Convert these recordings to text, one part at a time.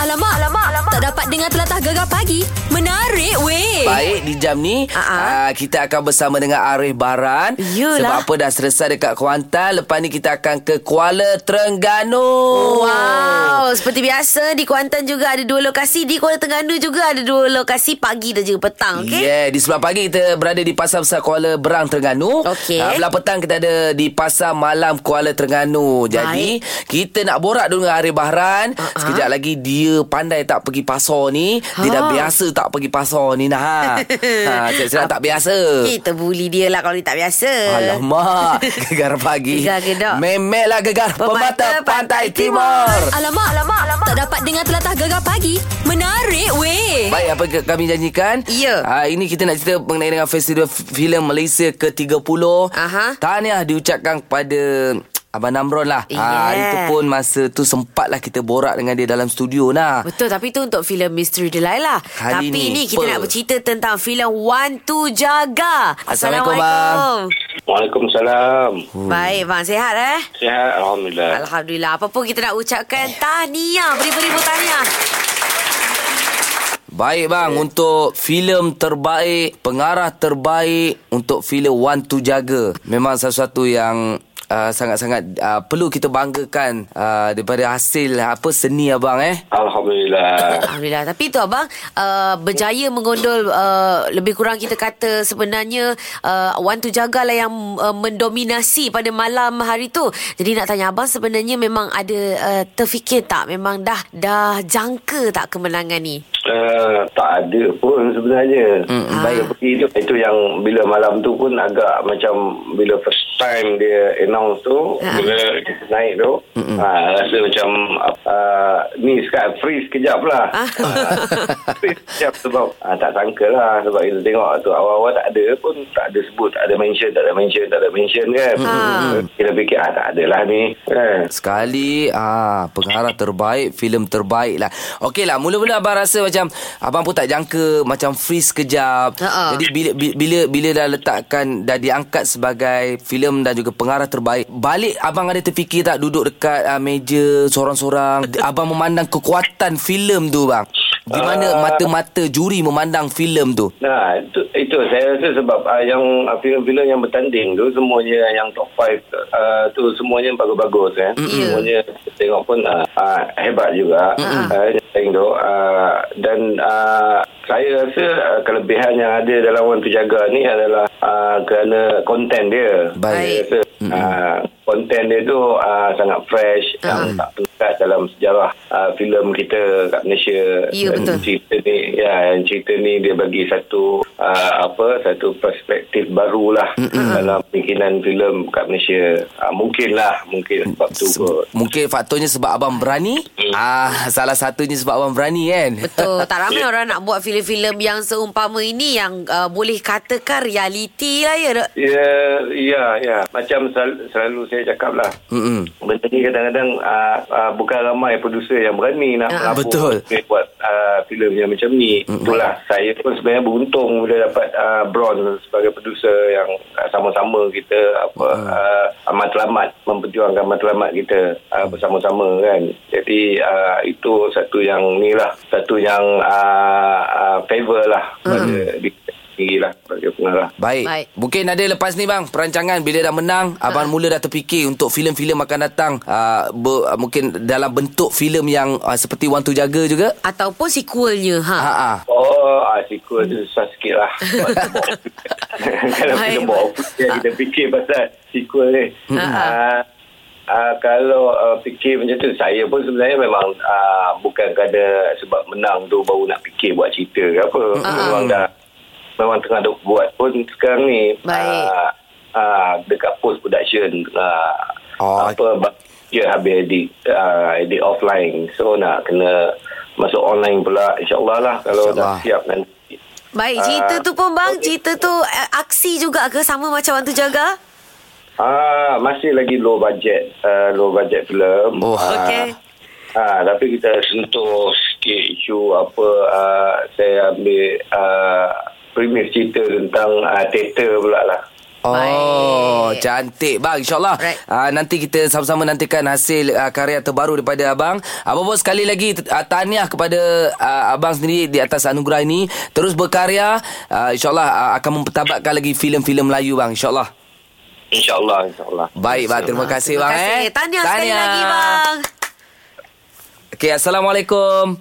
alamak, alamak, alamak. Tak dapat dengar telatah gegar pagi. Menarik weh. Baik di jam ni Ah, uh, kita akan bersama dengan Arif Baran Yelah. Sebab apa dah selesai dekat Kuantan Lepas ni kita akan ke Kuala Terengganu Oh, Wow, seperti biasa di Kuantan juga ada dua lokasi, di Kuala Terengganu juga ada dua lokasi pagi dan juga petang, okey? Yeah, di sebelah pagi kita berada di Pasar Besar Kuala Berang Terengganu. Okey. Ah, belah petang kita ada di Pasar Malam Kuala Terengganu. Jadi, kita nak borak dulu dengan Arif Bahran. Uh-huh. Sekejap lagi dia pandai tak pergi pasar ni. Dia dah biasa tak pergi pasar ni nah. ha, saya tak biasa. Kita bully dia lah kalau dia tak biasa. Alamak, gegar pagi. Gegar gedak. Memelah gegar pemata, pantai timur. Alamak, alamak, alamak. Tak dapat dengar telatah gegar pagi. Menarik weh. Baik apa ke- kami janjikan Ya. Ah, Ini kita nak cerita mengenai dengan Festival F- Filem Malaysia ke-30 Aha. Tahniah diucapkan kepada Abang Namron lah Yeah. Ah, Itu pun masa tu sempatlah kita borak dengan dia dalam studio lah Betul tapi tu untuk filem Misteri Delilah. Hari lah. tapi ni, ni kita apa? nak bercerita tentang filem One Two Jaga. Assalamualaikum, bang. Waalaikumsalam. Baik bang sehat eh? Sihat Alhamdulillah. Alhamdulillah. Apa pun kita nak ucapkan tahniah, beribu-ribu tahniah. Baik bang Untuk filem terbaik Pengarah terbaik Untuk filem One Two Jaga Memang sesuatu yang uh, Sangat-sangat uh, Perlu kita banggakan uh, Daripada hasil Apa seni abang eh Alhamdulillah. Alhamdulillah. Tapi tu abang uh, berjaya mengondol uh, lebih kurang kita kata sebenarnya uh, Wan Tu Jagalah yang uh, mendominasi pada malam hari tu. Jadi nak tanya abang sebenarnya memang ada uh, terfikir tak memang dah dah jangka tak kemenangan ni? Uh, tak ada pun sebenarnya. Mm, Saya pergi tu. Itu yang bila malam tu pun agak macam bila first time dia announce tu, Ha. bila kita naik tu, ah, rasa macam uh, ni sekat freeze kejap lah. Ha, Ah. freeze kejap sebab ah, tak sangka lah sebab kita tengok tu awal-awal tak ada pun tak ada sebut, tak ada mention, tak ada mention, tak ada mention kan. Kita fikir ah, tak adalah ni. Eh. Sekali ah pengarah terbaik, filem terbaik lah. Okey lah, mula-mula abang rasa macam abang pun tak jangka macam freeze kejap. Ha-ha. Jadi bila bi- bila bila dah letakkan dah diangkat sebagai filem dan juga pengarah terbaik, balik abang ada terfikir tak duduk dekat ah, meja seorang-seorang, abang memandang kekuatan filem tu bang. Di Ah. mana mata-mata juri memandang filem tu? Nah, itu, itu saya rasa sebab uh, yang uh, filem-filem yang bertanding tu semuanya yang top 5 uh, tu semuanya bagus-bagus kan. Mm-hmm. Semuanya tengok pun uh, uh, hebat juga. Mm-hmm. Uh, yang bertanding tu uh, dan uh, saya rasa uh, kelebihan yang ada dalam Wan Tujaga ni adalah uh, kerana konten dia. Baik. Saya rasa uh, konten dia tu uh, sangat fresh yang tak pernah dalam sejarah uh, filem kita kat Malaysia. Ya, Dan betul. cerita ni ya yang cerita ni dia bagi satu uh, apa satu perspektif barulah dalam bikinan filem kat Malaysia uh, mungkinlah mungkin sebab tu kot. Mungkin faktornya sebab abang berani. Ah, salah satunya sebab abang berani kan. Betul. Tak ramai orang nak buat filem-filem yang seumpama ini yang uh, boleh katakan realiti lah ya. Dok? Ya, ya, ya. Macam sel- selalu saya cakap lah. Mm-mm. Benda ni kadang-kadang uh, uh, bukan ramai produser yang berani nak Ah, uh, betul. buat uh, filem yang macam ni. Mm-hmm. Itulah saya pun sebenarnya beruntung bila dapat uh, Bron sebagai produser yang uh, sama-sama kita apa uh, matlamat memperjuangkan matlamat kita uh, bersama-sama kan. Jadi uh, itu satu yang ni lah, satu yang uh, uh, favor lah pada diri sendiri lah sebagai pengarah. Baik. Baik. Baik. Ha. Mungkin ada lepas ni bang perancangan bila dah menang abang mula dah terfikir untuk filem-filem akan datang uh, ber, uh, mungkin dalam bentuk filem yang uh, seperti Wan Tu Jaga juga. Ataupun sequelnya ha. Ha ah. Oh, ah, sequel Hmm. tu susah sikit lah. kalau kita Baik, buat baik. Ah. Hmm. opus, ya, kita fikir pasal sequel ni. Ah, ah, kalau ah, fikir macam tu, saya pun sebenarnya memang ah, bukan kerana sebab menang tu baru nak fikir buat cerita ke apa. Hmm. Ah. Memang dah, memang tengah duk buat pun sekarang ni. Baik. Ah, ah, dekat post production. Ah, Oh, apa, ba- ya habis edit, ah, edit offline. So nak kena masuk online pula. InsyaAllah lah kalau InsyaAllah. dah siap nanti. Baik, cerita tu pun bang, cerita tu eh, aksi juga ke sama macam Wan Tu Jaga? Ah, masih lagi low budget, uh, low budget film. Oh. Ah, Okey. Ah, tapi kita sentuh sikit isu apa ah, saya ambil ah, premis cerita tentang ah, teater pula lah. Oh, Baik. cantik bang. InsyaAllah Right. uh, nanti kita sama-sama nantikan hasil uh, karya terbaru daripada abang. Abang pun sekali lagi uh, tahniah kepada uh, abang sendiri di atas anugerah ini. Terus berkarya. Uh, InsyaAllah uh, akan mempertabatkan lagi filem-filem Melayu bang. InsyaAllah. InsyaAllah, insyaAllah. Baik bang. Terima kasih Terima bang. kasih. Eh. Tahniah sekali lagi bang. Okay, Assalamualaikum.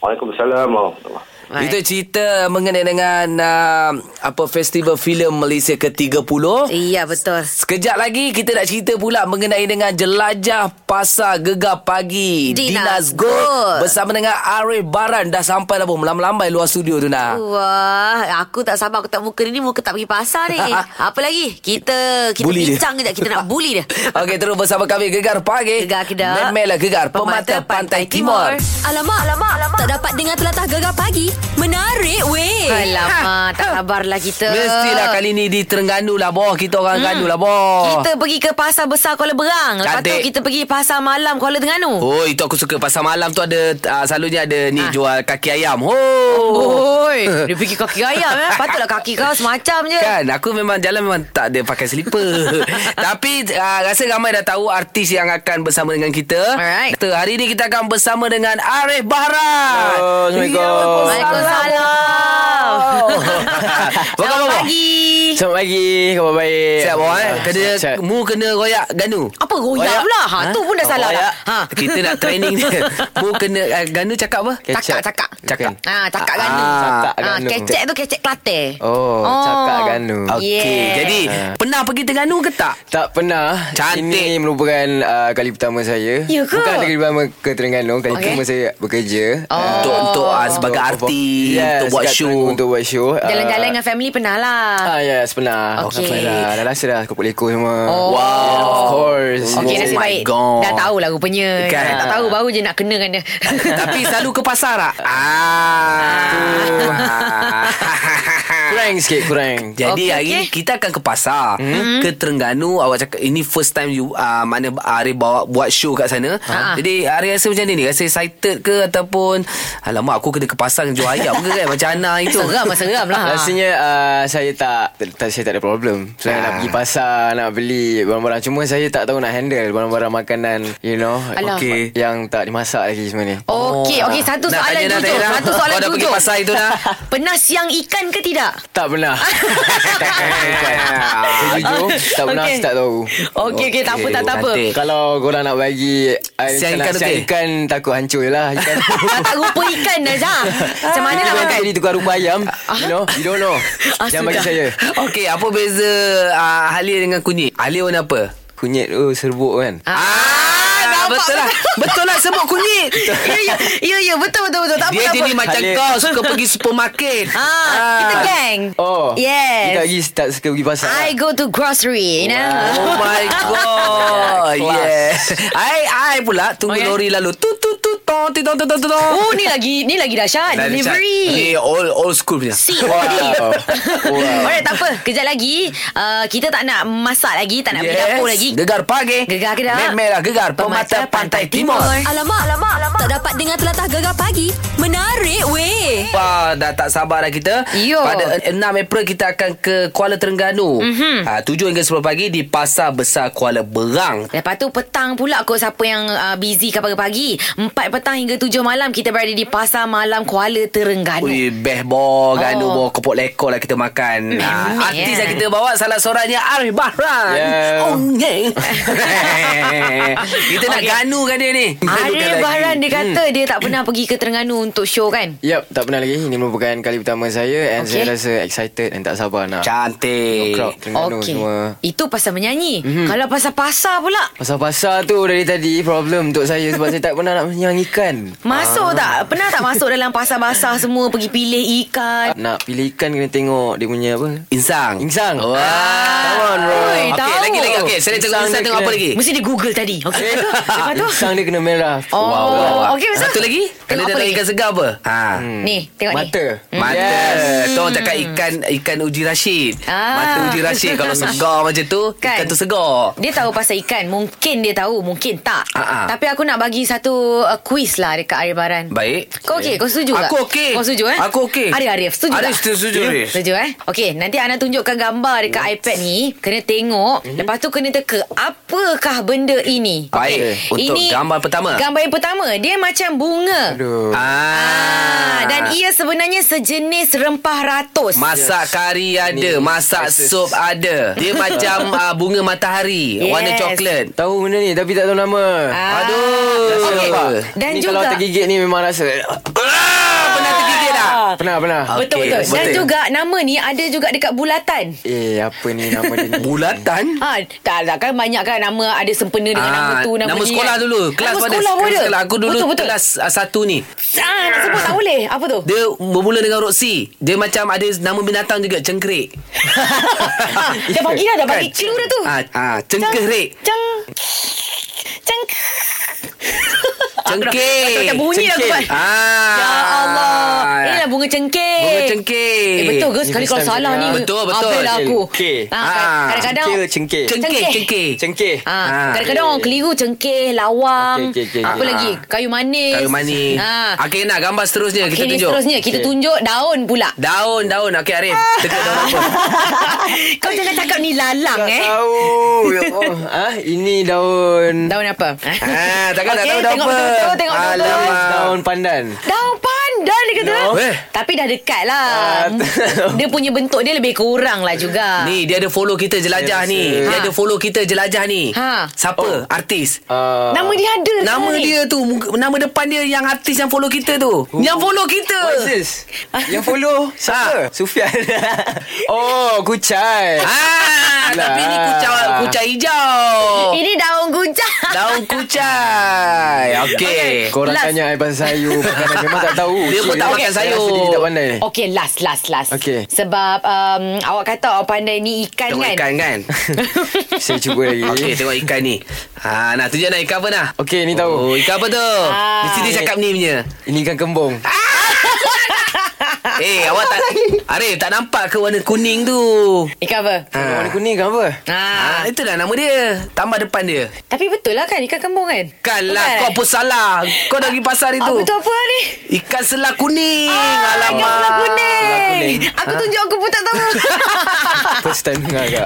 Waalaikumsalam. warahmatullahi. Baik. Itu cerita mengenai dengan uh, apa festival filem Malaysia ke-30. Iya betul. Sekejap lagi kita nak cerita pula mengenai dengan jelajah pasar gegar pagi Di Dinas Nazgul. Gold bersama dengan Arif Baran dah sampai dah pun melambai-lambai luar studio tu nak. Wah, aku tak sabar aku tak muka dia ni muka tak pergi pasar ni. Apa lagi? Kita kita Bully dia. bincang kejap kita nak bully dia. Okey terus bersama kami Gegar Pagi. Gegar Kedah. Memelah lah, Gegar Pemata, Pantai, Timur. Alamak, alamak, alamak. Tak dapat dengar telatah gegar pagi. Menarik weh. Alamak, tak sabarlah kita. Mestilah kali ni di Terengganu lah boh. Kita orang hmm. Terengganu lah boh. Kita pergi ke pasar besar Kuala Berang. Lepas tu Cantik. kita pergi pasar malam Kuala Terengganu. Oh itu aku suka pasar malam tu ada uh, selalunya ada ni Ah. jual kaki ayam. Oh. Oi, dia pergi kaki ayam eh. Patutlah kaki kau semacam je. Kan aku memang jalan memang tak ada pakai slipper. Tapi uh, rasa ramai dah tahu artis yang akan bersama dengan kita. Alright. Kita hari ni kita akan bersama dengan Arif Bahran. Hello, Oh, Assalamualaikum. Ya, Waalaikumsalam. Apa Ah, Selamat khabar? pagi. Selamat pagi Khabar baik Ah, Siap bawah eh Kena Siap. Mu kena royak ganu Ah, Apa royak Royak. pula? Ha, tu pun dah Oh, salah dah. royak. Ha. Kita nak training dia Mu kena uh, Ganu cakap apa? Kecap. Cakap, cakap. Cakap. Ha, cakap ganu. Ah, cakap Ah, ganu. kecek tu kecek Kelantan. Oh, cakap ganu. Okey Yeah. Jadi Ah. Pernah pergi Terengganu ke tak? Tak pernah Cantik. Ini merupakan uh, kali pertama saya Ya ke? Bukan kali pertama ke Terengganu Kali Okey. pertama saya bekerja Ah, Oh. Untuk untuk uh, sebagai artis Yes, Untuk buat kat show Terengganu Untuk buat show Ah, Jalan-jalan dengan family pernah lah. Ah yes pernah Okey. pernah. lah. Dah rasa dah Kopok leko semua Oh. Yeah, Of course Okey, Oh nasib my baik. God. Dah tahulah rupanya. Kan? Tak tahu baru je nak kenakan dia. Tapi selalu ke pasar tak? Ah. Ah. Kurang sikit kurang Okey, Jadi okay, hari okey. Hmm. ni kita akan ke pasar mm-hmm. Ke Terengganu Awak cakap Ini first time you uh, Mana Arif bawa Buat show kat sana Ha. Jadi Arif rasa macam ni ni Rasa excited ke Ataupun Alamak aku kena ke pasar Jual ayam ke kan Macam Ana itu Eh, Seram, seram lah. Rasanya uh, saya tak, tak saya tak ada problem. Saya Ah. nak pergi pasar, nak beli barang-barang. Cuma saya tak tahu nak handle barang-barang makanan, you know. Alah. Okey. Yang tak dimasak lagi semua Oh. ni. Okey, okey. Satu Oh. Nak soalan tanya dah, jujur. tanya dah. Satu soalan Kau dah pergi jujur. pasar itu dah Pernah siang ikan ke tidak? Tak pernah. tak pernah. bukan. eh, Saya Oh. jujur, tak pernah, Okey. okay. tak tahu. Okey, okey. Tak apa, tak, tak apa. Cantik. Kalau korang nak bagi uh, Siang ikan nak siang okey? ikan takut hancur je lah ikan. Dah tak rupa ikan dah, Zah. Macam mana nak makan? Jadi tukar rupa ayam You know You don't know Ah, Jangan bagi sudah. saya Okey apa beza uh, Halia dengan kunyit Halia warna apa? Kunyit tu serbuk kan Ah, Ah, nampak, betul lah Betul lah sebut kunyit Ya, ya, ya, ya, betul, betul, betul. Tak apa, Dia tak apa. jadi Ah. macam Halia. kau Suka pergi supermarket Ha, kita gang. Oh Yes. Kita lagi tak suka pergi pasar lah. I go to grocery, you know. Oh my god Yes I I pula Tunggu Okay. okay. lori lalu Tu tu tu Tong ti, tong tong tong tong ya? Oh, ni lagi ni lagi dahsyat. Delivery. Ni old, old school punya COD Wow. Wow. Alright tak apa Kejap lagi uh, Kita tak nak masak lagi Tak nak yes. dapur lagi Gegar pagi Gegar Kedah. Memelah lah, gegar Pemata, Pantai, Timur, Alamak, alamak, alamak. Tak dapat dengar telatah gegar pagi. Menarik weh. Wah, dah tak sabar dah kita Yo. Pada 6 April kita akan ke Kuala Terengganu Mhm. mm-hmm. ha, 7 hingga 10 pagi di Pasar Besar Kuala Berang Lepas tu petang pula kot siapa yang uh, busy kat pagi-pagi. 4 petang hingga 7 malam kita berada di Pasar Malam Kuala Terengganu. Ui, beh bo, ganu Oh. bo, kopok lekor lah kita makan. Memang, Ah, artis ya. yang kita bawa salah seorangnya Arif Bahran. Yeah. Oh, yeah. kita nak Okay. ganukan dia ni. Ganukan Arif lagi. Hmm. Bahran dia kata dia tak pernah pergi ke Terengganu untuk show kan? Yap, tak pernah lagi. Ini merupakan kali pertama saya and okay. saya Okey. rasa excited dan tak sabar nak. Cantik. crowd Terengganu okay. semua. Itu pasal menyanyi. Mhm. Mm-hmm. Kalau pasal pasar pula Pasal-pasal tu dari tadi problem untuk saya sebab saya tak pernah nak menyang ikan. Ah. masuk tak? Pernah tak masuk dalam pasar basah semua pergi pilih ikan? Nak pilih ikan kena tengok dia punya apa? Insang. Insang. Wah. Come on bro. Oi, Okey, tahu. lagi lagi. Okey, saya nak tengok Insang insang dia tengok apa kena- lagi? Eh. Mesti dia Google tadi. Okey. Lepas tu? Pisang Eh, dia kena merah. Oh, wow, wow, wow. okey besar. Satu lagi? Tengok Kalau dia apa nak lagi? ikan segar apa? Ha. Ni, tengok ni. Mata. Hmm. Mata Tu orang cakap ikan Ikan uji Rashid Ah. Mata uji Rashid Kalau segar macam tu Kan? Ikan tu segar Dia tahu pasal ikan Mungkin dia tahu Mungkin tak Ah, ah. Tapi aku nak bagi satu uh, Quiz lah Dekat Arif Baran Baik Kau okey? Kau setuju tak? Eh, Aku okey Kau setuju eh? Aku okey Arif, Arif setuju Arif tak? setuju Arif Setuju eh? Okey, nanti Ana tunjukkan gambar dekat iPad ni. Kena tengok. Mm-hmm. Lepas tu kena teka. Apakah benda ini? Mhm. Baik, untuk gambar pertama. Gambar yang pertama. Dia macam bunga. Aduh. Ah, Ah. dan ia sebenarnya sejenis rempah ratus. Masak kari ada Ni, Masak rasa- sup ada Dia macam uh, bunga matahari Yes. Warna coklat Tahu benda ni tapi tak tahu nama. Ah. Aduh Okey. Nampak? Dan ni juga kalau tergigit ni memang rasa. "Ah, ah, Pernah tergigit tak? Pernah, pernah. Okey, Betul betul. Dan betul. juga nama ni ada juga dekat bulatan. Eh, apa ni nama dia ni? Bulatan Ha, tak lah kan banyak kan nama ada sempena dengan Ah, nama tu nama, nama ni sekolah kan. dulu Kelas nama pada sekolah pun ada. kelas, Aku dulu betul, betul. kelas uh, satu ni Ah, nak sebut tak boleh. Apa tu? Dia bermula dengan huruf C Dia macam ada nama binatang juga Cengkerik ah, dah bagi dah, dah bagi Kan? clue dah tu. ah, ah, Cengkerik Cang. Cang. Cengkeh. Macam bunyi lah aku buat. Eh, Ah. Ya Allah. Ini lah bunga cengkeh. Bunga cengkeh. Eh, betul ke Ni sekali first kalau time salah ni. cakap. Betul, betul. Abel lah aku. Cengkeh. Ah, Ah. kadang-kadang. Cengkeh, cengkeh. Cengkeh, Cengkeh. cengkeh. Cengkeh. Ah, Ah. kadang-kadang orang keliru cengkeh, lawang. Okey, okey, Ah. okey, Apa okey. lagi? Kayu manis. Kayu manis. Ah. Okey, nak gambar seterusnya kita Okey, ni tunjuk. seterusnya kita Okey. tunjuk daun pula. Daun, daun. Okey, Arif. Tegak daun apa? Kau jangan cakap ni lalang Tak eh. tahu. Ya Allah. ah, ini daun Daun apa? Ah, takkan tak Okey, tahu daun tengok apa. betul-betul, tengok betul-betul. Alamak. daun pandan. Daun pandan dia kata. No. Eh. Tapi dah dekat lah. Ah, dia punya bentuk dia lebih kurang lah juga. Ni dia ada follow kita jelajah Saya ni. rasa- Dia Ha. ada follow kita jelajah ni. Ha. Siapa? Artis. Ah, Nama dia ada dekat Nama ni. dia tu muka- Nama depan dia Yang artis yang follow kita tu Oh. Yang follow kita What's this? Yang follow Ah. siapa? Sufian. oh, kucai. Ah, Tapi ni kucai Kucai hijau Ini daun gujah. Daun kucai Okey Korang Last. tanya I pasal sayur Makanan memang tak tahu Dia pun tak Cik, makan saya sayur. Oh. rasa Dia tak pandai Eh. ni Okey, last, last, last. Okey. Sebab um, awak kata awak pandai ni ikan Tengok kan? ikan kan Saya cuba lagi Okey tengok ikan ni ha, Nah tunjuk nak ikan apa nah Okey, ni tahu. oh, Ikan apa tu Ah. Mesti dia cakap ni punya Ini ikan kembung Ah. Eh awak tak Arif tak nampak ke warna kuning tu Ikan apa? ha. Warna kuning ikan apa? Ah. ha, Itulah nama dia Tambah depan dia Tapi betul lah kan ikan kembung kan? Bukan? Kalah lah. Ah, kau pun salah Kau dah pergi pasar itu Apa tu apa ni? Ikan selah kuning Alamak Ah, Ikan bola Bola kuning. kuning. Aku tunjuk aku pun tak tahu. First time dengar kak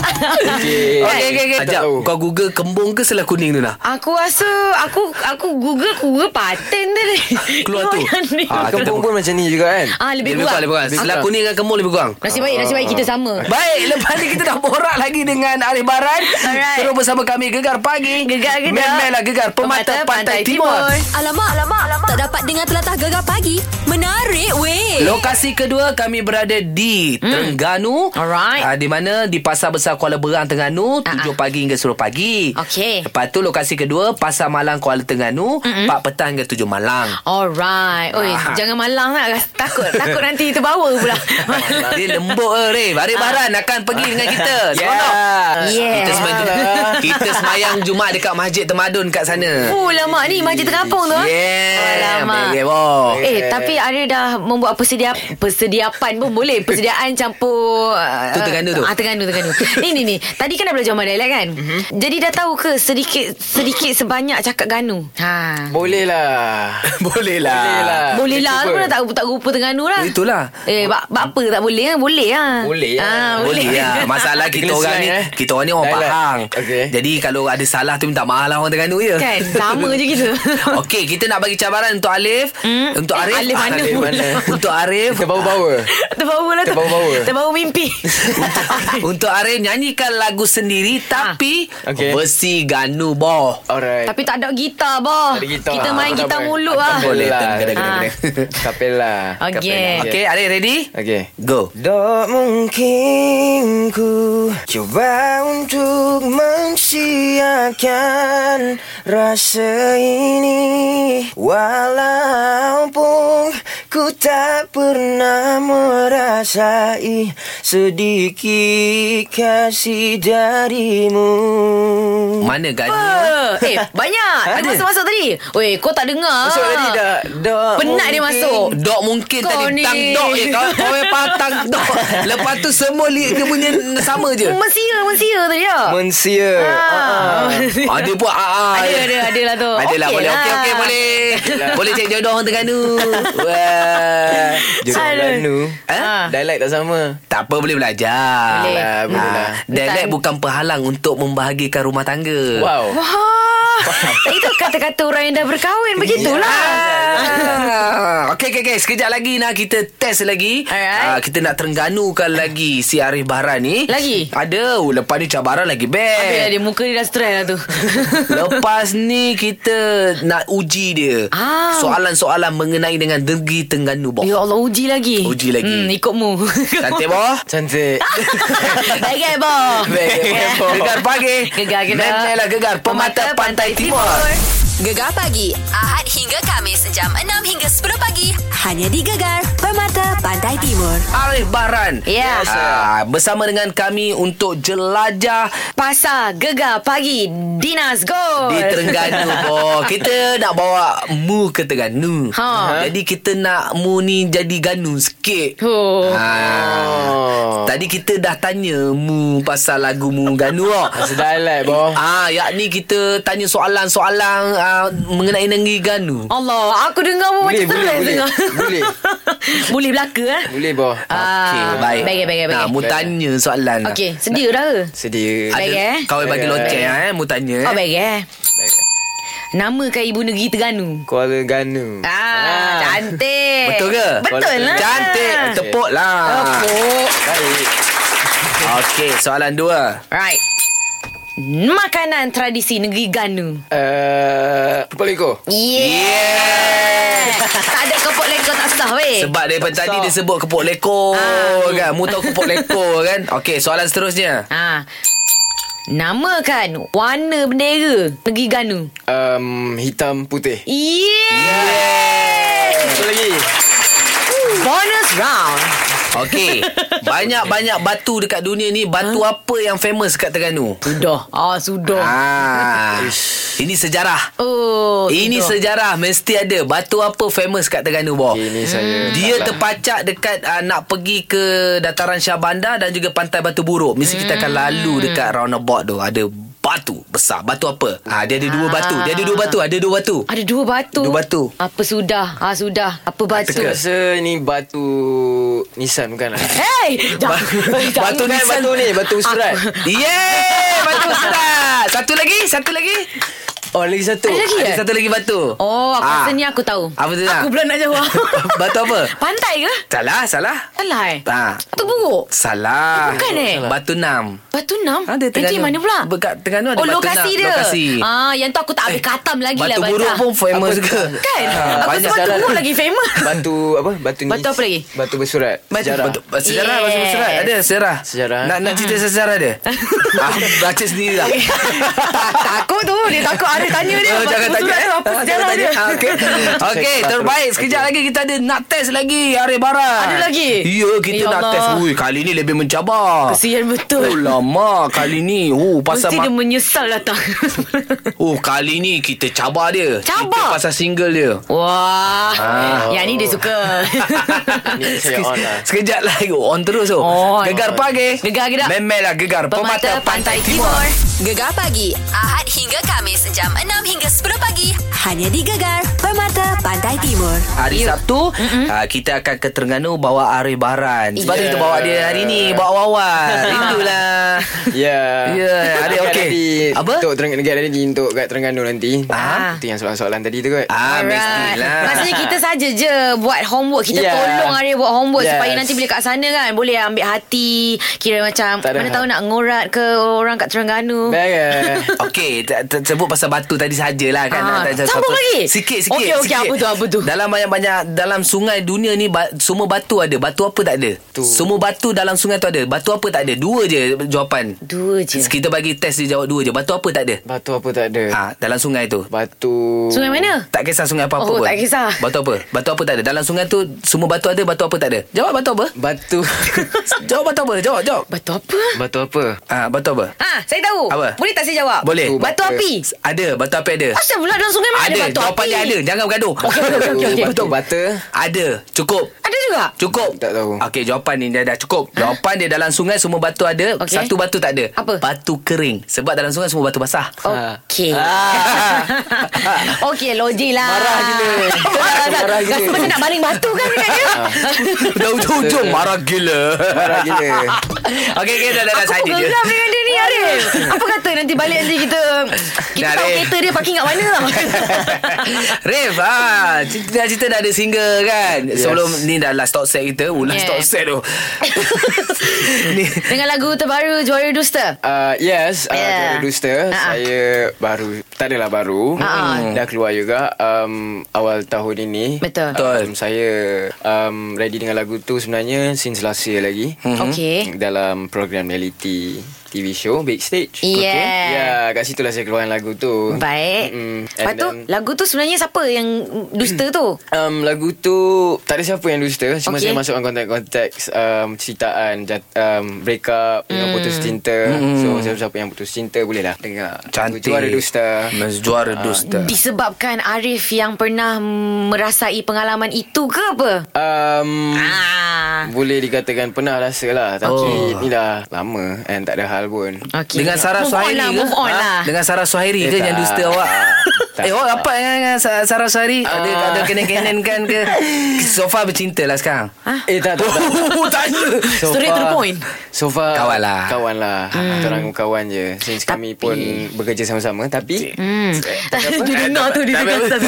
Okey Okey okey okey. Tak Eh, Ajak tahu. kau google kembung ke selah kuning tu nak aku rasa aku aku Google aku Google paten dia ni. Keluar tu Yang ni. Ah, kita Kembung pun macam ni juga kan Ah lebih lebih kurang, kurang. lebih kurang. Ah. Selah kurang. kuning dengan kembung lebih kurang Nasib baik nasib baik kita sama. Baik, lepas ni kita dah borak lagi dengan Arif Baran. Alright. Terus bersama kami Gegar Pagi. Gegar Gedak. Memelah lah Gegar Pemata, Pantai, Timur. Alamak, alamak, alamak. Tak dapat dengar telatah gegar pagi. Menarik weh. Lokasi kedua kami berada di Terengganu. Alright. Ah, di mana di Pasar Besar Kuala Berang Terengganu 7 pagi hingga 10 pagi. Okey. Lepas tu lokasi kedua Pasar Malang Kuala Terengganu 4 petang hingga 7 malam. Alright. Oi, Ah. jangan malang lah. Ras- Takut takut nanti terbawa pula. Dia lembut eh Rif Arif Baran akan pergi dengan kita Seronok Yeah Ah. Yeah. Kita semayang Kita semayang Jumat Dekat Masjid Temadun Kat sana Oh lama ni Masjid terkampung tu ah. Yeah Alamak Alamak Eh tapi Arya dah Membuat persedia Persediapan pun boleh Persediaan campur uh, Tu Terengganu tu. Ah Terengganu Terengganu Ni ni ni Tadi kan dah belajar Mandailat kan mm-hmm. Jadi dah tahu ke Sedikit Sedikit sebanyak cakap Ganu ha. Boleh lah Boleh lah Boleh lah Boleh lah Cuba. Aku dah tak, tak rupa Terengganu lah Itulah. Eh bak, bak apa tak boleh kan Boleh lah Boleh lah. ah, Boleh, boleh lah Masalah kita Kena orang ni slang, eh. Kita orang ni orang Dialog. Pahang Okey. Jadi kalau ada salah tu Minta maaf lah orang Terengganu je Kan Sama je kita Okey kita nak bagi cabaran Untuk Alif Untuk Eh, Arif Alif mana Alif pula? Untuk Arif Kita bawa-bawa Terbawa lah tu Terbawa-bawa. Terbawa mimpi Untuk Arif Nyanyikan lagu Ha. sendiri Tapi Okey. Versi Ganu Boh Alright Tapi tak ada gitar bah. Ada gitar. Kita main Tak gitar lah, apa. mulut ah. Tak Boleh, Boleh tu, kena, kena, Ah. kena. Kapela Okey. Okey Arif ready? lah, Okey Go Tak mungkin ku coba untuk mensiakan rasa ini Walaupun Ku tak pernah merasai sedikit kasih darimu. Ah. Mana gaji? Apa? Eh, banyak. Ada Ada? masuk-masuk tadi. Weh, kau tak dengar. Masuk tadi dah. dah Penat dia mungkin. masuk. Dok mungkin Kau tadi ni. tang dok je kau kau memang tang dok. Lepas tu semua li, dia punya sama je. Mesira, mesira tadi ya. Mensia. Ah. Ada pun ah, ah. Ada, ada, ada lah tu. Ada lah Okey boleh lah. okey okey boleh. boleh cek jodoh orang Terengganu. Wah. Jodoh Aduh. Melayu. Ha? Ah. Dialek tak sama. Tak apa boleh belajar. Boleh. Ah, boleh lah. Dialek Bukan- bukan penghalang untuk membahagikan rumah tangga. Wow. Wah. Itu kata-kata orang yang dah berkahwin begitulah. Ah, Okey okey okey sekejap lagi nak kita test lagi. Alright. Ah, kita nak terengganukan lagi si Arif Bahran ni. Lagi? Ada. Oh, Lepas ni cabaran lagi best. Habis lah dia muka dia dah stress lah tu. Lepas ni kita nak uji dia. Ah. Soalan-soalan mengenai dengan negeri Terengganu boh. Ya Allah uji lagi. Uji lagi. Hmm, ikutmu. Cantik boh. Cantik. Ah. Baik kan, Bo? Gegar pagi. Gegar kita. Memelah gegar pemata pantai timur. Gegar pagi Ahad hingga Kamis jam 6 hingga 10 pagi hanya di Gegar Permata Pantai Timur. Arif Bahran. Ya. Ah, bersama dengan kami untuk jelajah Pasar Gegar Pagi Dinas Go. Di Terengganu boh. Kita nak bawa mu ke Terengganu. Ha. Jadi kita nak mu ni jadi Ganu sikit. Oh. Ha. Tadi kita dah tanya mu pasal lagu mu Ganu ah. Dialek, boh. Ah, yakni kita tanya soalan-soalan ah, mengenai negeri Ganu. Oh. Allah, aku dengar pun Boleh, macam boleh, stress boleh. dengar. Boleh. boleh belaka eh. Boleh, boh. Okey, baik. Ah. Baik, baik, baik. Nah, mu tanya soalan. lah. Okey, sedia dah ke? Sedia. Ada, Baik, eh? Kau bagi Baik, loceng baik. eh, mu tanya. Oh, baik eh. Baik. Namakan ibu negeri Terengganu. Kuala Ganu. Ah, cantik. Betul ke? Betul lah. Cantik. Tepuk lah. Tepuk. Baik. Okey, soalan dua. Right. Makanan tradisi negeri Ganu. Uh, Pukul Eko. Yeah. tak ada kepok lengkau Eh, tak sah weh. Sebab daripada Tak tadi sah. dia sebut kepok leko Ah. kan. Mu tahu kepok leko kan. Okey, soalan seterusnya. ha. Namakan warna bendera negeri Ganu. Um, hitam putih. Yeah. Satu lagi. Bonus round. Okey. Banyak-banyak batu dekat dunia ni, batu apa yang famous dekat Terengganu? Sudah. Ah, sudah. Ah. Ini sejarah. Oh, Ini sudah. sejarah mesti ada. Batu apa famous kat Terengganu, Boh? Ini Hmm. saya. Dia tak lah. terpacak dekat uh, nak pergi ke dataran Shah Bandar dan juga Pantai Batu Buruk. Mesti kita akan lalu Hmm. dekat roundabout tu. Ada batu besar. Batu apa? Ah dia ada dua batu. Dia ada dua batu. Ada dua batu. ada dua batu. Dua batu. Apa sudah? Ah, sudah. Apa batu? Saya rasa ni batu nisan bukan lah. Hey, jangan, batu Bukan nisan. batu ni, batu surat. Yeay! Batu sedap. Satu lagi, satu lagi. Oh, lagi satu. Ada lagi Ada eh? satu lagi batu. Oh, aku rasa ni aku tahu. Ah. Apa tu nak? Aku pula nak jawab. Batu apa? Pantai ke? Salah, salah. Salah eh? Ah. Batu buruk? Salah. Bukan eh? Batu enam. Batu enam? Ada Itu Terengganu. yang mana pula? Dekat Terengganu ada oh, Batu lokasi Enam, dia. lokasi. Ah, yang tu aku tak habis Eh, katam lagi lah. Batu baca. buruk pun famous ke? Kan? Ha, Ah, aku banyak sebab jalan. tu buruk lagi famous. Batu apa? Batu ni. Batu apa lagi? Batu bersurat. Sejarah. Batu, sejarah yeah. Yes. Batu Hmm. sejarah Ada sejarah Sejarah. Nak, nak cerita sejarah dia ah, Baca sendiri lah Tak- takut tu. Dia takut ada tanya dia. Oh, Batu jangan surat tanya eh. tu apa Ah, sejarah jangan dia. tanya. Ah, Okey, Okey, Check terbaik. terus. Sekejap Okey. lagi kita ada nak test lagi Arif Baran. Ada lagi? Ya, kita Ya nak Allah. test. Ui, kali ni lebih mencabar. Kesian betul. Oh lama kali ni Oh pasal Mesti ma- dia menyesal datang. Oh kali ni kita cabar dia Kita Cabar? pasal single dia Ah. Wah. Yang ni dia suka. Ni saya on lah. Sekejap lagi On terus tu On. Gegar pagi Gegar ke tak? Memelah gegar Pemata, Pantai Timur Gegar pagi Ahad hingga Kamis jam 6 hingga 10 pagi hanya di Gegar Permata Pantai Timur. Hari Sabtu uh, Kita akan ke Terengganu Bawa Arif Bahran Sebab tu Yeah. kita bawa dia hari ni Bawa awal Rindulah Ya. Ya, ada Dekat okey. nanti Apa? Untuk Terengganu negara nanti untuk kat Terengganu nanti. Ah. Itu yang soalan-soalan tadi tu kot. Ah, Alright. mestilah Maksudnya kita saja je buat homework. Kita Yeah. yeah. tolong Arya buat homework Yes. yes. supaya nanti bila kat sana kan boleh ambil hati. Kira macam Tak ada mana hal. tahu nak ngorat ke orang kat Terengganu. Baik. eh? Okey, t- t- sebut pasal batu tadi sajalah kan. Ah, Ah, tak Sambung lagi? Sikit-sikit. Okey, okey, sikit. apa tu, apa tu? Dalam banyak-banyak dalam sungai dunia ni ba- semua batu ada. Batu apa tak ada? Tu. Semua batu dalam sungai tu ada. Batu apa tak ada? Dua je jawapan. Dua je. Kita bagi test dia jawab dua je. Batu apa tak ada? Batu apa tak ada. Ah, dalam sungai tu. Batu Sungai mana? Tak kisah sungai apa-apa Oh, pun. tak kisah. Batu apa? Batu apa tak ada? Dalam sungai tu semua batu ada, batu apa tak ada? Jawab batu apa? Batu jawab batu apa? Jawab, jawab. Batu apa? Batu apa? Ah, batu apa? Ha, saya tahu. Apa? Boleh tak saya jawab? Boleh. Batu, batu Batu. api. Ada, batu api ada. Asal pula dalam sungai mana ada, ada, batu jawapan api? dia ada. Jangan bergaduh. Okey, okey, okey, okey, okey. Batu bata Ada, cukup. Ada juga? Cukup Tak tahu. Okey jawapan ni dah, dah cukup Jawapan dia dalam sungai Semua batu ada Okey. Satu batu tak ada Apa? Oh. Batu kering Sebab dalam sungai Semua batu basah Okey. Okey, logik lah. Marah gila. Marah, lah. Marah gila. Rasa macam nak baling batu kan dekat dia. Dah hujung-hujung Marah gila Marah gila Okey okay, dah dah dah Aku Saya je geram dengan dia ni, Arif. Apa kata nanti balik nanti kita... um, Kita Dah, tahu Arif. kereta dia parking kat mana. Ref ha, cerita, cerita dah ada single kan yes. Sebelum ni dah last talk set kita Ulas Yeah. yeah. talk set tu ni, Dengan lagu terbaru Juara Dusta. Uh, yes, uh, Yeah. Uh-uh. yeah. Rooster. Ha-ha. Saya baru, tak Uh-uh. adalah baru. Hmm. Ha-ha. Dah keluar juga um, awal tahun ini. Betul. Um, saya um, ready dengan lagu tu sebenarnya since last year lagi. Okey. Dalam program reality TV show Big Stage. Yeah. Ya, yeah, kat situ lah saya keluarkan lagu tu. Baik. Mm-mm. And Lepas tu, then- lagu tu sebenarnya siapa yang dusta tu? Um, lagu tu tak ada siapa yang dusta Cuma Okey. okay. saya masukkan konteks-konteks um, Ceritaan jat, um, Break up mm. Dengan putus cinta mm. So siapa-siapa yang putus cinta Boleh lah dengar Lagu Cantik Juara dusta Mas Juara dusta Disebabkan Arif yang pernah merasai pengalaman itu ke apa? um, Ah. Boleh dikatakan pernah rasa lah Tapi Oh. oh. ni dah lama And tak ada hal pun Okay. Dengan Sarah move Suhairi on lah, ke? Move on Ha? lah. Dengan Sarah Suhairi Eh, ke tak. yang dusta awak? Tak. Eh, awak rapat dengan, dengan Sa- Sarah Suhairi? Ada, Ah. ada kena-kenan kan ke? So far bercinta lah sekarang. Eh tak tak, tak. Oh, tak ada. Straight to the point. So far Kawan lah. Kawan lah hmm. Orang kawan je Since kami pun Bekerja sama-sama Tapi Hmm. dia Eh, dengar tu dia dengar tu.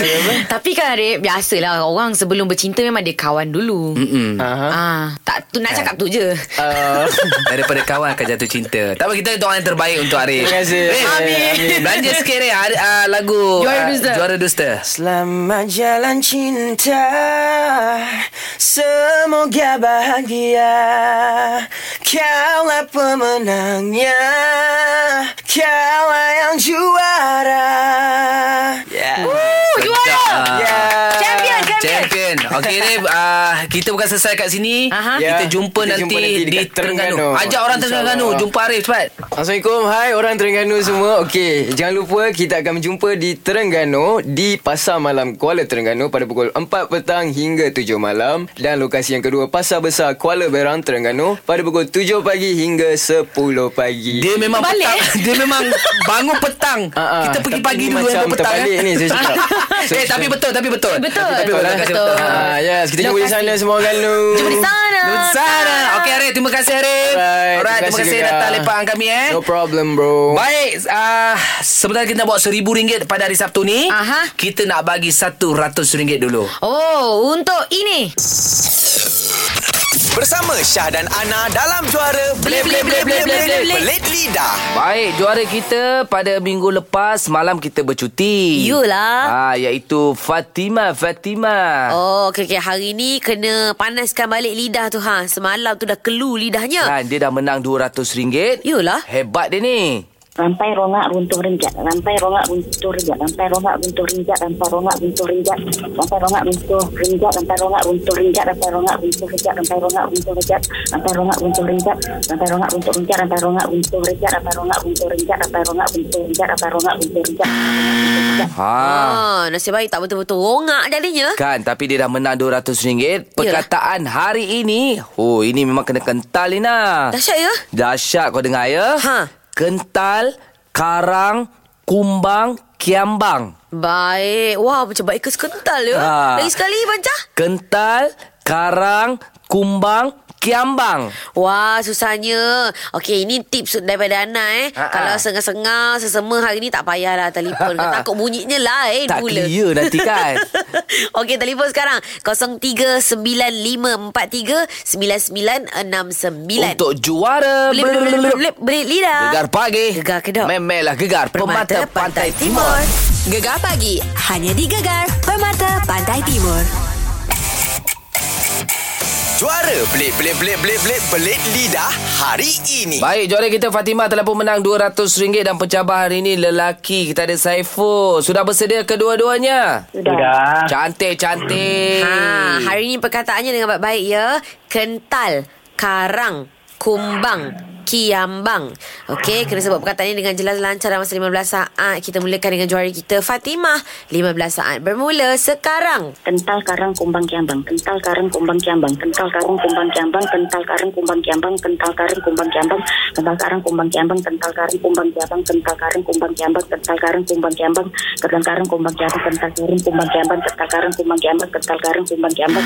Tapi kan Arif Biasalah orang sebelum bercinta Memang dia kawan dulu Mm-mm. uh-huh. Ah, tak tu nak cakap tu je. uh, Daripada kawan akan jatuh cinta Tak apa kita doa yang terbaik untuk Arif Terima kasih. Arif, Amin. Belanja sikit Arif Ar- ah, Lagu Juara ah, Dusta. Juara Dusta Selamat jalan cinta Semoga bahagia Kaulah pemenangnya Kaulah yang juara yeah. Oh, juara. Yeah. Champion, champion. Champion Okey Arif ah, Kita bukan selesai kat sini Aha. Kita Ya, jumpa kita nanti, jumpa nanti Di dekat Terengganu Terengganu. Ajak orang Terengganu InsyaAllah. Jumpa Arif cepat Assalamualaikum Hai orang Terengganu semua Okey Jangan lupa Kita akan berjumpa di Terengganu Di Pasar Malam Kuala Terengganu Pada pukul 4 petang Hingga 7 malam Dan lokasi yang kedua Pasar Besar Kuala Berang Terengganu Pada pukul 7 pagi Hingga 10 pagi Dia memang Terbalik, petang, Dia memang bangun petang Ah, ah. Kita pergi Tapi pagi ni dulu Macam Baru petang terbalik eh. ni Saya cakap So, Eh tapi betul Tapi betul Betul. Tapi betul, eh? betul. Betul. Ah, Yes Kita jumpa di Lokasi. sana semua Ganu Jumpa di sana. Lusana Okey Arif Terima kasih Arif Alright, Alright Terima kasih Kak. datang lepak dengan kami eh No problem bro Baik, uh, sebenarnya kita nak bawa RM1,000 pada hari Sabtu ni. Aha. Kita nak bagi RM100 dulu. Oh, untuk ini. Bersama Syah dan Ana dalam juara Belit Belit Belit Belit Belit Belit Lidah. Baik, juara kita pada minggu lepas malam kita bercuti. Yulah. Ah, iaitu Fatima, Fatima. Oh, okey okey. Hari ni kena panaskan balik lidah tu ha. Semalam tu dah kelu lidahnya. Kan, dia dah menang RM200. Yulah. Hebat dia ni. Rampai rongak runtuh rinjat Rampai rongak runtuh rinjat Rampai rongak runtuh rinjat Rampai rongak runtuh rinjat Rampai rongak runtuh rinjat Rampai rongak runtuh rinjat Rampai rongak runtuh rinjat Rampai rongak runtuh rinjat Rampai rongak runtuh rinjat Rampai rongak runtuh rinjat Rampai rongak runtuh rinjat Rampai rongak runtuh rinjat Rampai rongak runtuh rinjat Rampai rongak runtuh rinjat Ha. Ah, nasib baik tak betul-betul rongak jadinya. Kan tapi dia dah menang RM200 Perkataan hari ini Oh ini memang kena kental Lina Dahsyat ya? Dahsyat kau dengar ya Ha. Kental Karang Kumbang Kiambang Baik. Wah, macam baik kes kental ya. Ah. Lagi sekali baca. Kental Karang Kumbang Kiambang Wah, susahnya. Okey, ini tips daripada Ana eh. Ha-ha. Kalau sengah-sengah, sesema hari ni tak payahlah telefon. Kan takut bunyinya lain Tak pula. clear nanti kan Okey, telefon sekarang 0395439969. Untuk juara Belit, belit, belit, belit, belit lidah. Gegar pagi Gegar Kedok. Memelah gegar Permata, Pantai, Timur. Timur. Gegar pagi. Hanya di Gegar Permata Pantai Timur. Juara pelik pelik pelik pelik pelik pelik lidah hari ini. Baik, juara kita Fatimah telah pun menang RM200 dan pencabar hari ini lelaki. Kita ada Saiful. Sudah bersedia Ah. kedua-duanya? Ya. Sudah. Cantik-cantik. Ha, hari ni perkataannya dengan baik-baik ya. Kental, karang, kumbang, kiambang. Okey, kena sebut perkataan ini dengan jelas lancar dalam masa 15 saat. Kita mulakan dengan juara kita Fatimah. 15 saat bermula sekarang. Kental karang kumbang kiambang. Kental karang kumbang kiambang. Kental karang kumbang kiambang. Kental karang kumbang kiambang. Kental karang kumbang kiambang. Kental karang kumbang kiambang. Kental karang kumbang kiambang. Kental karang kumbang kiambang. Kental karang kumbang kiambang. Kental karang kumbang kiambang. Kental karang kumbang kiambang. Kental karang kumbang kiambang. Kental karang kumbang kiambang.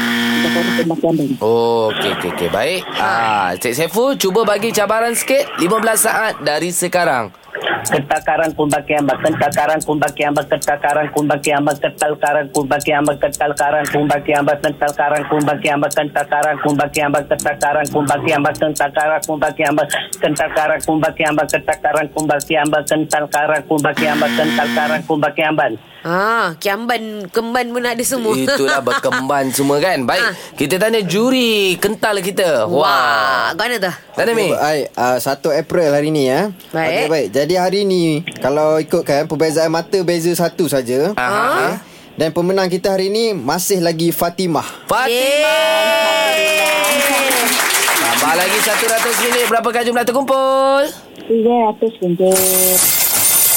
Kental karang kumbang kiambang. Oh, okey, okey, okey. Baik. Ha. Ah, Cik Saiful, cuba bagi cabaran sikit. 15 saat dari sekarang. Ketakaran kumbang kiambang, ketakaran kumbang kiambang, ketakaran kumbang kiambang, ketakaran kumbang kiambang, ketakaran kumbang kiambang, ketakaran kumbang kiambang, ketakaran kumbang kiambang, ketakaran kumbang kiambang, ketakaran kumbang kiambang, ketakaran kumbang kiambang, ketakaran kumbang kiambang, ketakaran kumbang kiambang, ketakaran kumbang kiambang. Ha, kiamban, kemban pun ada semua. Itulah berkemban semua kan. Baik, Ah. kita tanya juri kental kita. Wah. Wah, mana tu? Tanya Mi. Baik, uh, 1 April hari ni ya. Okey, Baik. baik. Jadi hari ni kalau ikutkan perbezaan mata beza satu saja. ah. Ha? Aha. Okey. Dan pemenang kita hari ni masih lagi Fatimah. Fatimah. Tambah lagi RM100. Berapakah jumlah terkumpul? RM300.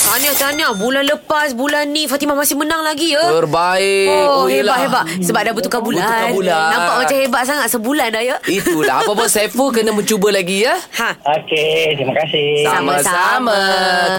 Tahniah, tahniah. Bulan lepas, bulan ni Fatimah masih menang lagi ya. Terbaik. Oh, yelah. hebat hebat sebab dah bertukar bulan. lah. Bertukar bulan. Nampak macam hebat sangat sebulan dah ya. Itulah. Apa pun Saiful kena mencuba lagi ya. Ha. Okey, terima kasih. Sama-sama.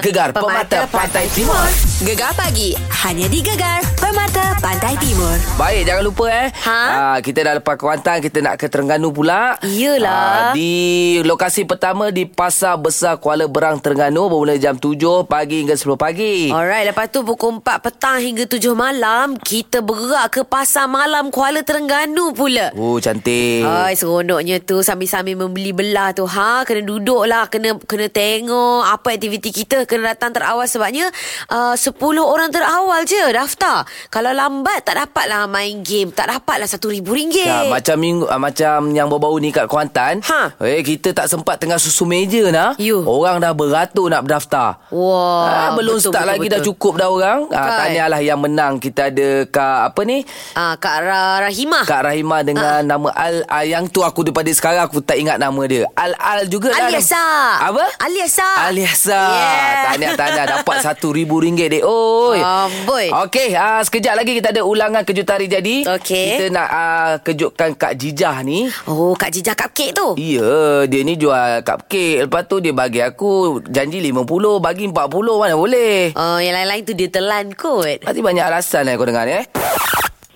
Gegar Pemata Pantai Timur. Gegar pagi. Hanya di Gegar Permata Pantai Timur. Baik, jangan lupa eh. Ha? Ah, kita dah lepas Kuantan, kita nak ke Terengganu pula. Iyalah. Ah, di lokasi pertama di Pasar Besar Kuala Berang, Terengganu. Bermula jam 7 pagi hingga 10 pagi. Alright, lepas tu pukul 4 petang hingga 7 malam, kita bergerak ke pasar malam Kuala Terengganu pula. Oh, cantik. Ay, seronoknya tu sambil-sambil membeli belah tu. Ha, kena duduk lah, kena kena tengok apa aktiviti kita, kena datang terawal sebabnya uh, 10 orang terawal je daftar. Kalau lambat tak dapatlah main game, tak dapatlah RM1,000. Ya, macam minggu ah, macam yang berbau ni kat Kuantan. Ha. Eh kita tak sempat tengah susu meja nah. You. Orang dah beratur nak berdaftar. Wah, Ah, belum betul, start betul, lagi betul. dah cukup dah orang. Bukan. Ah tahniahlah yang menang kita ada Kak apa ni? Ah, Kak Ra- Rahimah. Kak Rahima dengan nama Al ah, yang tu aku daripada sekarang aku tak ingat nama dia. Al Al juga dah. Aliasa. Apa? Aliasa. Aliasa. Yeah. Tahniah tahniah dapat RM1000 dek. Oi. Amboi. Okey, ah sekejap lagi kita ada ulangan kejutan hari jadi. Okey. Kita nak ah, kejutkan Kak Jijah ni. Oh, Kak Jejak Cupcake tu. Ya, dia ni jual cupcake. Lepas tu dia bagi aku janji RM50, bagi RM40 mana boleh. Oh, yang lain-lain tu dia telan kot. Pasti banyak alasan lah kau dengar ni eh.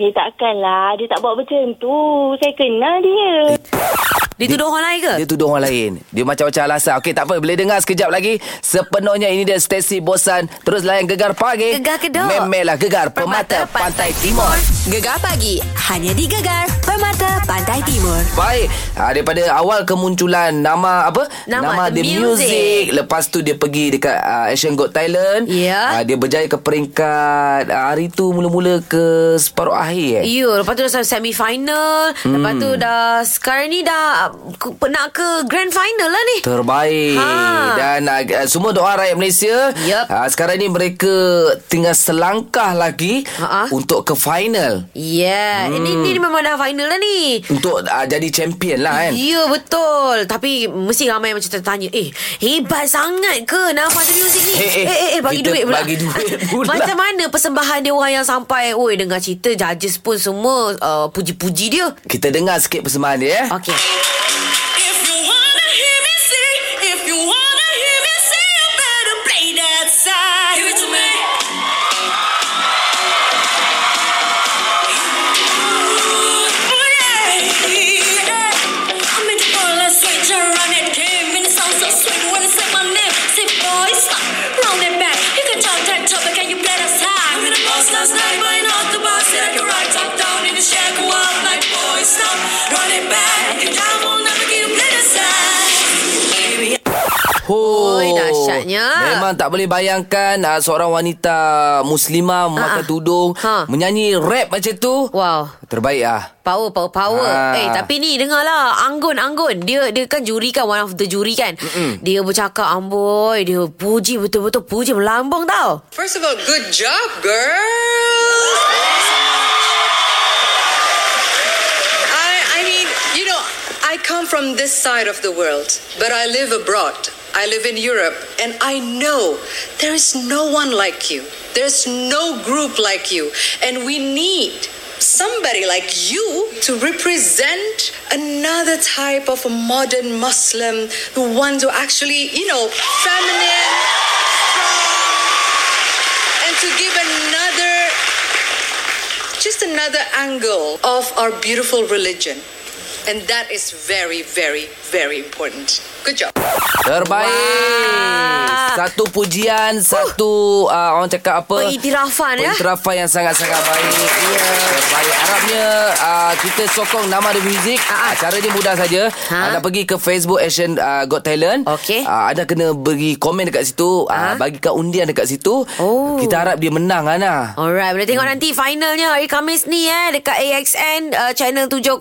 Eh takkanlah Dia tak buat macam tu Saya kenal dia Dia tuduh orang lain ke? Dia tuduh orang lain. Dia macam-macam alasan. Okey, tak apa. Boleh dengar sekejap lagi. Sepenuhnya ini dia Stacey Bosan. Terus layan Gegar Pagi. Gegar Kedok. Memelah Gegar Permata, Pantai Timur. Gegar pagi. Hanya di Gegar Permata Pantai Timur. Baik ha, Daripada awal kemunculan Nama apa Nama The The, Music. music. Lepas tu dia pergi Dekat uh, Asian Got Thailand Ya. Ah, Dia berjaya ke peringkat ah, Hari tu mula-mula ke Separuh akhir eh? Ya, lepas tu dah sampai semi final. Hmm. Lepas tu dah sekarang ni dah uh, ke- nak ke grand final lah ni. Terbaik Ha. Dan uh, semua doa rakyat Malaysia Yup. uh, Sekarang ni mereka Tinggal selangkah lagi Ha-ha. Untuk ke final Yeah, hmm. ini, ini memang dah final lah ni. Untuk uh, jadi champion lah kan Ya betul Tapi mesti ramai macam tertanya Eh hebat sangat ke Nama The Music ni Eh, eh, eh, eh bagi kita duit pula bagi duit pula. Macam mana persembahan dia orang yang sampai Oi dengar cerita Judges pun semua uh, Puji-puji dia Kita dengar sikit persembahan dia eh? Okay If you wanna hear me sing, if you wanna hear me sing, you better play that side. Give it to me. Oh yeah. I'm in the ball, I switch around it, came in the sound so sweet when I say my name. Say boy, stop, round it back. You can talk that talk, but can you play that side? I'm in the boss last night, but not the boss. Said I can rock top down in the shack, go up like boy, stop, run it back. You down, will never get you play that side. Baby, Oh, Oi, dahsyat maksudnya. Memang tak boleh bayangkan uh, seorang wanita muslimah memakai tudung Ha. menyanyi rap macam tu. Wow. Terbaik ah. Power, power, power. Ah. Eh, tapi ni dengarlah Anggun, Anggun. Dia dia kan juri kan one of the juri kan. Mm-mm. Dia bercakap amboi, dia puji betul-betul puji melambung tau. First of all, good job, girls. I, I mean, you know, I come from this side of the world, but I live abroad. I live in Europe, and I know there is no one like you. There's no group like you, and we need somebody like you to represent another type of a modern Muslim, the ones who actually, you know, feminine, strong, and to give another just another angle of our beautiful religion. And that is very, very, very important. Good job. Terbaik. Satu pujian, satu uh, orang cakap apa? Pengiktirafan, ya? Pengiktirafan yang sangat-sangat baik. ya. Yeah. Terbaik. Harapnya uh, kita sokong nama The Music. Uh, cara dia mudah saja. Ha? Anda pergi ke Facebook Asian uh, Got Talent. Okay. Uh, anda kena bagi komen dekat situ. Uh, bagikan undian dekat situ. Oh. Kita harap dia menang, Ana. Alright, boleh Hmm. tengok nanti finalnya hari Khamis ni eh dekat AXN uh, channel 701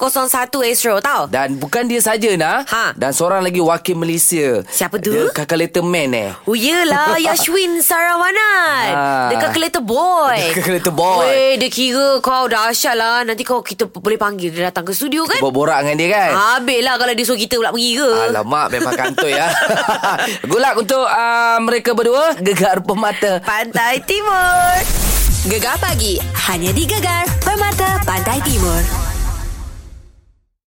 Astro tau. Dan bukan dia saja, Nah. Ha. Dan seorang lagi wakil Malaysia. Siapa tu? Dia calculator man eh. Oh yelah Yashwin Sarawanan Ah. Dekat Keleta Boy Dekat Keleta Boy. Weh dia kira kau dahsyat lah Nanti kau kita p- boleh panggil Dia datang ke studio kan Borak-borak dengan dia kan? Habis lah kalau dia suruh kita pula mengira Alamak memang kantoi ya. Good luck untuk uh, mereka berdua Gegar Pemata. Pantai Timur Gegar pagi hanya di Gegar Permata Pantai Timur.